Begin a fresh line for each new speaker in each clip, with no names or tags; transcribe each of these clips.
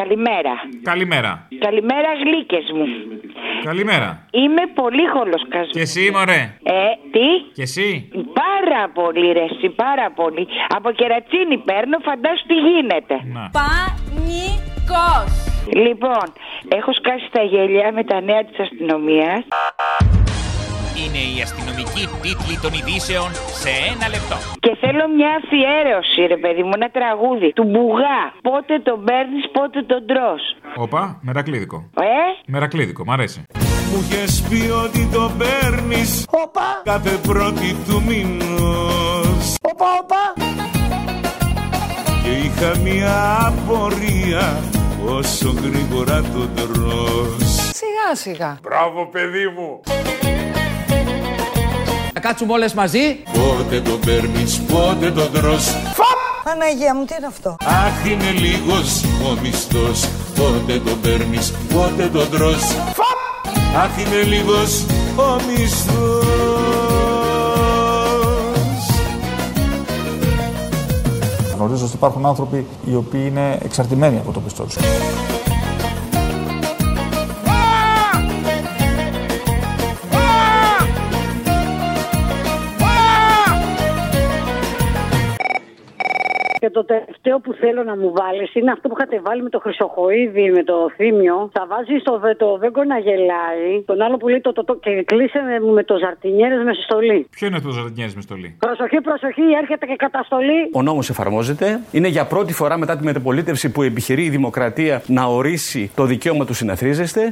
Καλημέρα.
Καλημέρα.
Καλημέρα, γλύκες μου.
Καλημέρα.
Είμαι πολύ χολοσκασμένη.
Και εσύ, μωρέ.
Ε, τι.
Και εσύ.
Πάρα πολύ, ρε, εσύ, πάρα πολύ. Από κερατσίνη παίρνω, φαντάσου τι γίνεται.
Να.
Πανικός.
Λοιπόν, έχω σκάσει τα γελιά με τα νέα της αστυνομίας.
Είναι οι αστυνομικοί τίτλοι των ειδήσεων σε ένα λεπτό.
Και θέλω μια αφιέρωση, ρε παιδί μου, ένα τραγούδι του Μπουγά. Πότε τον παίρνει, πότε τον τρώ.
Όπα, μερακλείδικο.
Ε,
Μερακλείδικο, μ' αρέσει.
Μου είχες πει ότι το παίρνει κάθε πρώτη του μηνός. Οπα, οπα. Και είχα μια απορία όσο γρήγορα το τρως
Σιγά σιγά.
Μπράβο παιδί μου
Να κάτσουμε όλες μαζί.
Πότε το παίρνεις πότε το τρως
Παναγία μου, τι είναι αυτό.
Αχ είναι λίγος ο μισθός Πότε το παίρνεις πότε το τρως Αχ είναι λίγος ο μισθός
Γνωρίζω ότι υπάρχουν άνθρωποι οι οποίοι είναι εξαρτημένοι από το πιστό τους.
Και το τελευταίο που θέλω να μου βάλεις είναι αυτό που είχατε βάλει με το Χρυσοχοίδη, με το Θήμιο. Θα βάζεις στο βε, το Βέγκο να γελάει. Τον άλλο που λέει το, το, το και κλείσε με, με το Ζαρτινιέρες με συστολή.
Ποιο είναι το ζαρτινιέρι με στολή.
Προσοχή, προσοχή, έρχεται και καταστολή.
Ο νόμος εφαρμόζεται. Είναι για πρώτη φορά μετά τη μετεπολίτευση που επιχειρεί η δημοκρατία να ορίσει το δικαίωμα του συναθρίζεστε.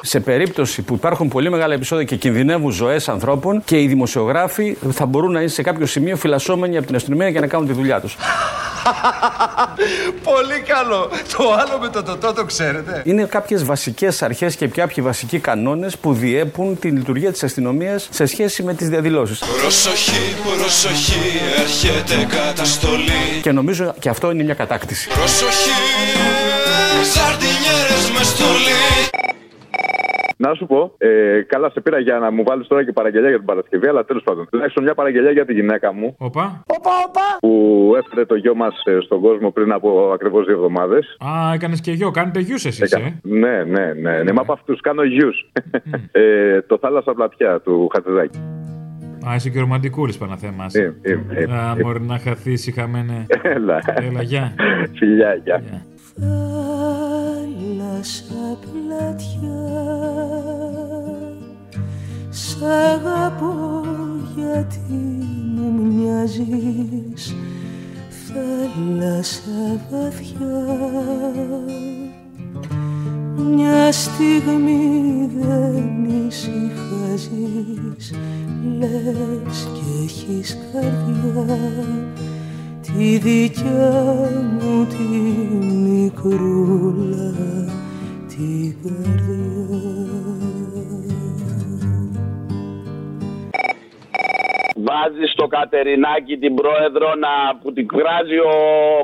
Σε περίπτωση που υπάρχουν πολύ μεγάλα επεισόδια και κινδυνεύουν ζωές ανθρώπων και οι δημοσιογράφοι θα μπορούν να είναι σε κάποιο σημείο φυλασσόμενοι από την αστυνομία για να κάνουν τη δουλειά τους.
Πολύ καλό. Το άλλο με το τοτό το ξέρετε.
Είναι κάποιες βασικές αρχές και κάποιοι βασικοί κανόνες που διέπουν τη λειτουργία της αστυνομίας σε σχέση με τις διαδηλώσεις.
Προσοχή, προσοχή, έρχεται καταστολή
Και νομίζω και αυτό είναι μια κατάκτηση.
Προσοχή, ζαρτινιέρες με στολή
Να σου πω, ε, καλά σε πήρα για να μου βάλεις τώρα και παραγγελιά για την Παρασκευή, αλλά τέλος πάντων. Τουλάχιστον μια παραγγελιά για τη γυναίκα μου
Όπα.
που έφερε το γιο μας στον κόσμο πριν από ακριβώς δύο εβδομάδες.
Α, έκανες και γιο. Κάνετε γιους εσείς, ε.
Ναι, ναι, ναι. ναι. Μα από αυτούς κάνω γιους. ε, το θάλασσα πλατιά του Χατζηδάκη.
Α, είσαι και ρομαντικούλη Παναθέμα.
Ε, ε, ε, ε.
Α, μπορεί να χαθείς, χαμένε.
Έλα.
Έλα, γεια.
Φιλιά, γεια.
Γεια.
Θάλασσα πλατιά Σ' αγαπώ γιατί μου μοιάζεις Θάλασσα βαθιά Μια στιγμή δεν ησυχάζεις Λες και έχεις καρδιά τη δικιά μου τη μικρούλα την καρδιά.
Βάζει στο Κατερινάκι την πρόεδρο να, που την κράζει ο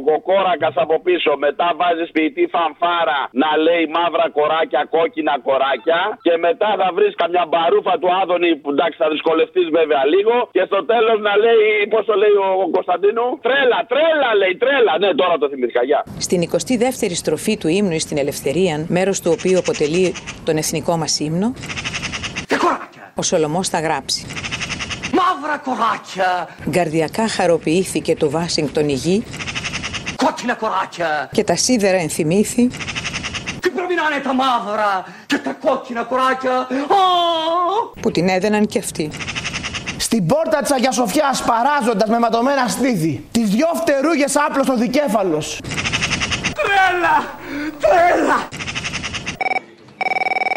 Κοκόρακας από πίσω. Μετά βάζεις ποιητή φανφάρα να λέει μαύρα κοράκια, κόκκινα κοράκια. Και μετά θα βρεις καμιά μπαρούφα του Άδωνη που εντάξει θα δυσκολευτείς βέβαια λίγο. Και στο τέλος να λέει, πώς το λέει ο Κωνσταντίνου, τρέλα, τρέλα λέει, τρέλα. Ναι, τώρα το θυμηθήκα, γεια.
Στην 22η στροφή του ύμνου στην Ελευθερία, μέρος του οποίου αποτελεί τον εθνικό μας ύμνο, ο Σολομός θα γράψει.
Μαύρα κοράκια,
Γκαρδιακά χαροποιήθηκε το Βάσιγκτον η γη
κόκκινα κοράκια.
και τα σίδερα ενθυμήθη
Τι πρέπει να είναι τα μαύρα και τα κόκκινα κοράκια. Α!
που την έδαιναν και αυτοί.
Στην πόρτα της Αγίας Σοφιάς, παράζοντας με ματωμένα στήθη, τις δυο φτερούγες άπλο ο δικέφαλος.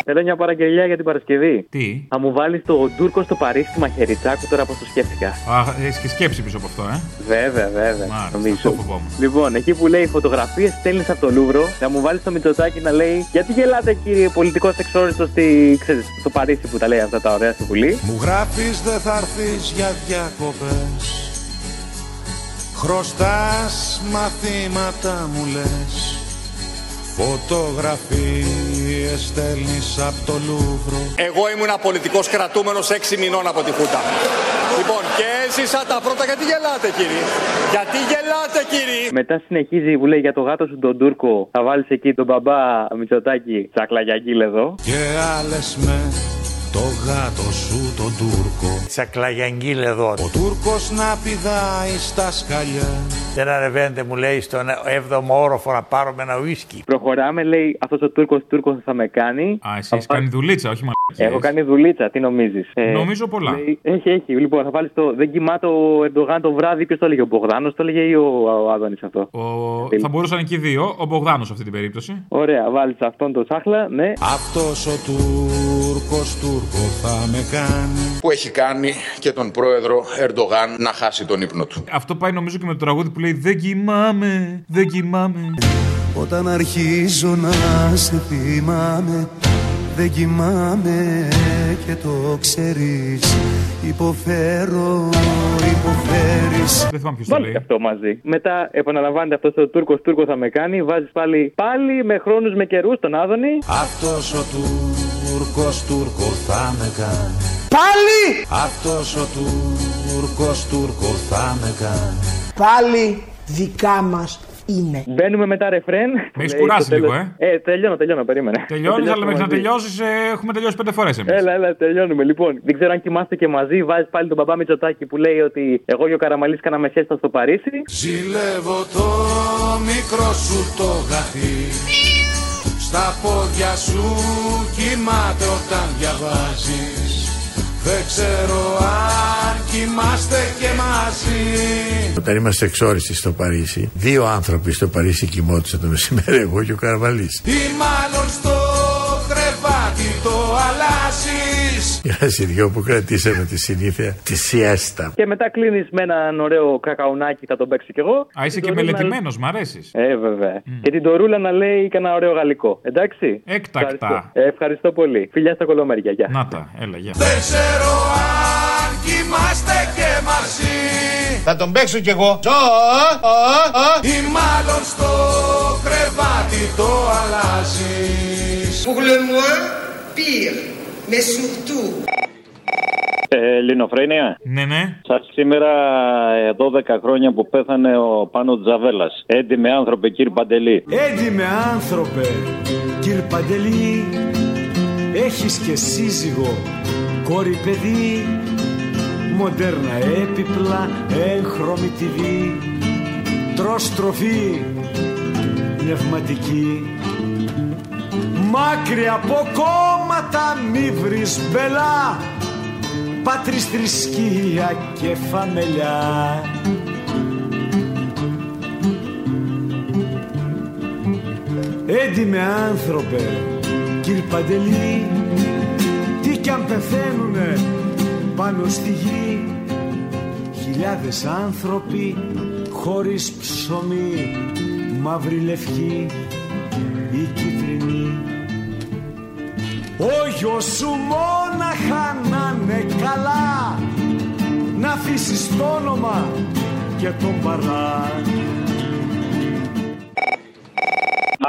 Θέλω μια παραγγελία για την Παρασκευή.
Τι.
Θα μου βάλεις το Τούρκο στο Παρίσι του Μαχαιριτσάκου τώρα που το σκέφτηκα.
Α, έχεις και σκέψη πίσω από αυτό, ε.
Βέβαια, βέβαια.
Μάλιστα,
νομίζω.
αυτό φοβόμουν.
Λοιπόν, εκεί που λέει φωτογραφίες στέλνεις από το Λούβρο, να μου βάλεις το Μητσοτάκι να λέει Γιατί γελάτε, κύριε πολιτικός εξόριστος στη... ξέρεις, στο Παρίσι που τα λέει αυτά τα ωραία στη Βουλή.
Μου γράφεις δεν θα έρθεις για διακοπές Χρωστάς μαθήματα μου λες Φωτογραφίες στέλνεις από το Λούβρο
Εγώ ήμουν πολιτικό κρατούμενο 6 μηνών από τη Χούτα.
Λοιπόν, και εσείς σαν τα πρώτα, γιατί γελάτε, κύριε. Γιατί γελάτε, κύριε.
Μετά συνεχίζει που λέει για το γάτο σου τον Τούρκο. Θα βάλεις εκεί τον μπαμπά Μητσοτάκη, τσάκλα για εκεί εδώ.
Και άλλες με το γάτο σου τον Τούρκο
Τσακλαγιαγγίλ εδώ. Ο
Τούρκος να πηδάει στα σκαλιά
Δεν ανεβαίνετε, μου λέει, στον 7ο όροφο να πάρουμε ένα ουίσκι.
Προχωράμε, λέει αυτός ο Τούρκος Τούρκος θα με κάνει.
Α, εσύ έχεις κάνει δουλίτσα, όχι μαλακίες.
Έχω κάνει δουλίτσα, τι νομίζεις.
Νομίζω πολλά.
Έχει, έχει. Λοιπόν, θα βάλεις το. Δεν κοιμάται ο Ερντογάν το βράδυ. Ποιος το έλεγε, ο Μπογδάνος το έλεγε ή ο, ο Άδωνης αυτό.
Ο- Θα μπορούσαν και οι δύο, ο Μπογδάνος σε αυτή την περίπτωση.
Ωραία, βάλεις αυτόν τον Σάχλα, ναι.
Αυτός ο Τούρκος Τούρκος θα με κάνει Που έχει κάνει και τον πρόεδρο Ερντογάν να χάσει τον ύπνο του
Αυτό πάει νομίζω και με το τραγούδι που λέει Δεν κοιμάμαι, δεν κοιμάμαι.
Όταν αρχίζω να σε θυμάμαι Δεν κοιμάμαι και το ξέρεις Υποφέρω, υποφέρεις
Δεν θυμάμαι ποιος
Βάλει και αυτό μαζί. Μετά επαναλαμβάνεται αυτός ο Τούρκος Τούρκο θα με κάνει. Βάζεις πάλι, πάλι με χρόνους με καιρούς τον Άδωνη.
Αυτός ο Τούρκος Τούρκος θα με κάνει
Πάλι!
Αυτός ο Τούρκος Τούρκος θα με κάνει
Πάλι δικά μας είναι.
Μπαίνουμε μετά ρεφρέν.
Με
Λέει
έχει
στο
κουράσει
τέλος-
λίγο, ε.
Ε, τελειώνω, τελειώνω, περίμενε.
Τελειώνεις,
Θα
αλλά μέχρι να
μαζί.
τελειώσεις, έχουμε τελειώσει πέντε φορές εμείς.
Έλα, έλα, τελειώνουμε. Λοιπόν, δεν ξέρω αν κοιμάστε και μαζί. Βάζεις πάλι τον μπαμπά Μητσοτάκη που λέει ότι εγώ και ο Καραμαλής κάναμε σέστα στο Παρίσι.
Ζηλεύω το μικρό σου το γαθί Στα πόδια σου κοιμάται όταν διαβάζεις Δεν ξέρω αν κοιμάστε και μαζί
Όταν είμαστε εξόριστοι στο Παρίσι, δύο άνθρωποι στο Παρίσι κοιμόντουσαν το μεσημέρι, εγώ και ο Καραβαλή.
Ή μάλλον στο κρεβάτι το αλλάζεις
Ένας οι δυο που κρατήσαμε τη συνήθεια, τη σιέστα.
Και μετά κλείνεις με έναν ωραίο κακαουνάκι, θα τον παίξω κι εγώ.
Α, είσαι
Την
και Mm.
Τωρούλα-
μελετημένος, μ' αρέσεις.
Ε, βέβαια. Και την Τωρούλα να λέει και ένα ωραίο γαλλικό. Εντάξει.
Έκτακτα.
Ευχαριστώ, Ε, ευχαριστώ πολύ. Φιλιά στα κολομέρια. Γεια.
Να τα, έλα, γεια.
Δεν ξέρω αν κοιμάστε και μαζί
Θα τον παίξω κι εγώ.
Ή μάλλον στο κρεβάτι το αλλάζεις
Pour le moins, pire, mais surtout...
Ε, Ελληνοφρένεια.
Ναι, ναι.
Σας σήμερα ε, 12 χρόνια που πέθανε ο Πάνος Τζαβέλας. Έντιμε άνθρωπε κύριε Παντελή.
Έντιμε άνθρωπε, κύρ Παντελή Έχεις και σύζυγο, κόρη παιδί Μοντέρνα έπιπλα, έγχρωμη TV Τρως τροφή, πνευματική Μάκρυ από κόμματα μη βρεις μπελά Πάτρις θρησκεία και φαμελιά Έντιμε άνθρωπε, κύριε Παντελή Τι κι αν πεθαίνουνε πάνω στη γη Χιλιάδες άνθρωποι χωρίς ψωμί Μαύρη λευκή ή κίτρινη Ο γιος σου μόναχα να είναι καλά Να αφήσεις το όνομα και τον παρά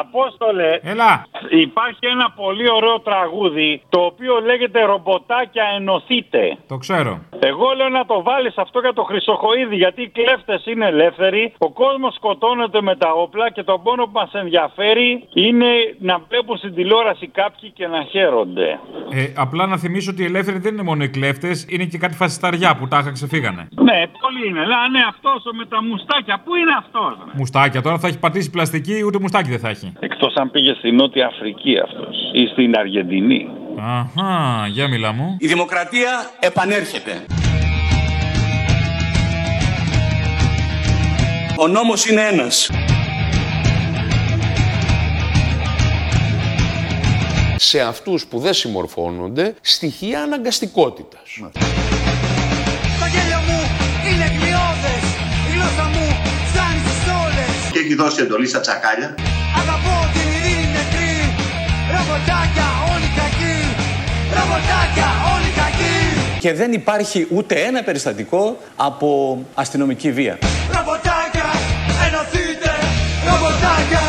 Απόστολε,
Έλα.
υπάρχει ένα πολύ ωραίο τραγούδι το οποίο λέγεται «Ρομποτάκια ενωθείτε».
Το ξέρω.
Εγώ λέω να το βάλεις αυτό για το Χρυσοχοίδη, γιατί οι κλέφτες είναι ελεύθεροι, ο κόσμος σκοτώνεται με τα όπλα και το μόνο που μας ενδιαφέρει είναι να βλέπουν στην τηλεόραση κάποιοι και να χαίρονται.
Ε, απλά να θυμίσω ότι οι ελεύθεροι δεν είναι μόνο οι κλέφτες, είναι και κάτι φασισταριά που τάχα ξεφύγανε.
Ναι, πολύ είναι. Λά, ναι, αυτός με τα μουστάκια, πού είναι αυτός.
Μουστάκια τώρα θα έχει πατήσει πλαστική, ούτε μουστάκι δεν θα έχει.
Εκτός αν πήγε στη Νότια Αφρική αυτός ή στην Αργεντινή.
Αχα, για μιλά μου.
Η δημοκρατία επανέρχεται. Ο νόμος είναι ένας.
σε αυτούς που δεν συμμορφώνονται στοιχεία αναγκαστικότητας.
Το γέλιο μου είναι γλιώδες Η γλώσσα μου φτάνει στις όλες
και έχει δώσει εντολή στα τσακάλια.
Αγαπώ την ειρήνη νεκρή Ρομποτάκια όλοι κακοί Ρομποτάκια όλοι κακοί
Και δεν υπάρχει ούτε ένα περιστατικό από αστυνομική βία.
Ρομποτάκια ενωθείτε Ρομποτάκια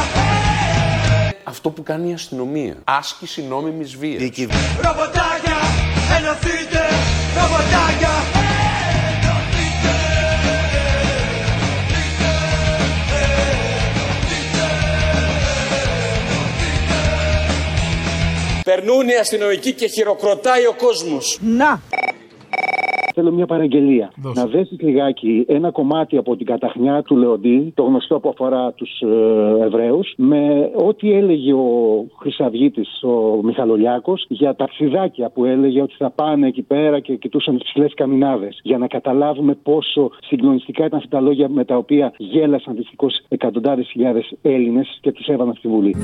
Αυτό που κάνει η αστυνομία. Άσκηση νόμιμης βίας.
Ρομποτάκια ενωθείτε Ρομποτάκια
Περνούν οι αστυνομικοί και χειροκροτάει ο κόσμος. Να!
Θέλω μια παραγγελία. Να δέσεις λιγάκι ένα κομμάτι από την καταχνιά του Λεοντή, το γνωστό που αφορά τους ε, Εβραίους, με ό,τι έλεγε ο Χρυσαυγήτη, ο Μιχαλολιάκος, για ταξιδάκια που έλεγε ότι θα πάνε εκεί πέρα και κοιτούσαν τις ψηλές καμινάδες. Για να καταλάβουμε πόσο συγκλονιστικά ήταν αυτά τα λόγια με τα οποία γέλασαν δυστυχώς εκατοντάδες χιλιάδες Έλληνες και τους έβαλαν στη Βουλή.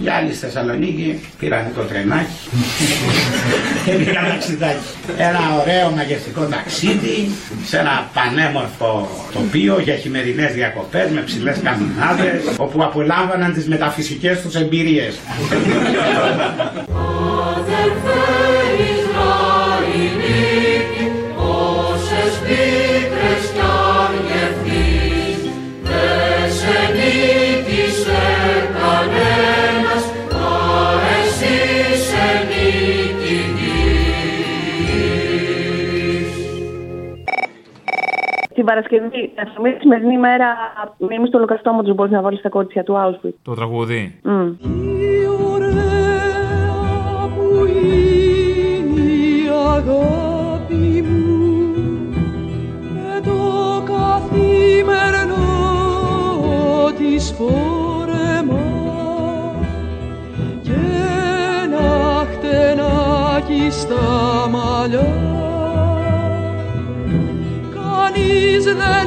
Γυάλη στη Θεσσαλονίκη, πήραν το τρενάκι και πήγαν ταξιδάκι. Ένα ωραίο μαγευτικό ταξίδι σε ένα πανέμορφο τοπίο για χειμερινές διακοπές με ψηλές καμινάδες όπου απολάμβαναν τις μεταφυσικές τους εμπειρίες.
Την Παρασκευή, να θυμίσει τη σημερινή ημέρα, μίμη του ολοκαυτώματο μπορείς να βάλεις τα κότσια του Auschwitz.
Το τραγούδι.
Μμ.
Η αγάπη μου με το καθημερινό της φόρεμα και ένα χτενάκι στα μαλλιά κανείς δεν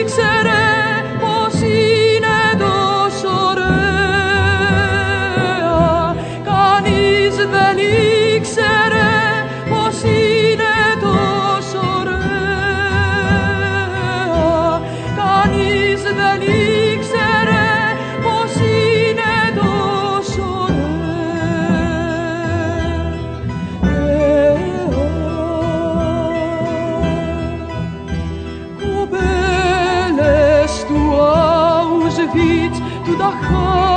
ήξερε πως είναι τόσο ωραία κανείς δεν ήξερε πως είναι τόσο ωραία κανείς δεν ήξερε πως είναι τόσο ωραία Κοπέλες του Auschwitz, του Dachau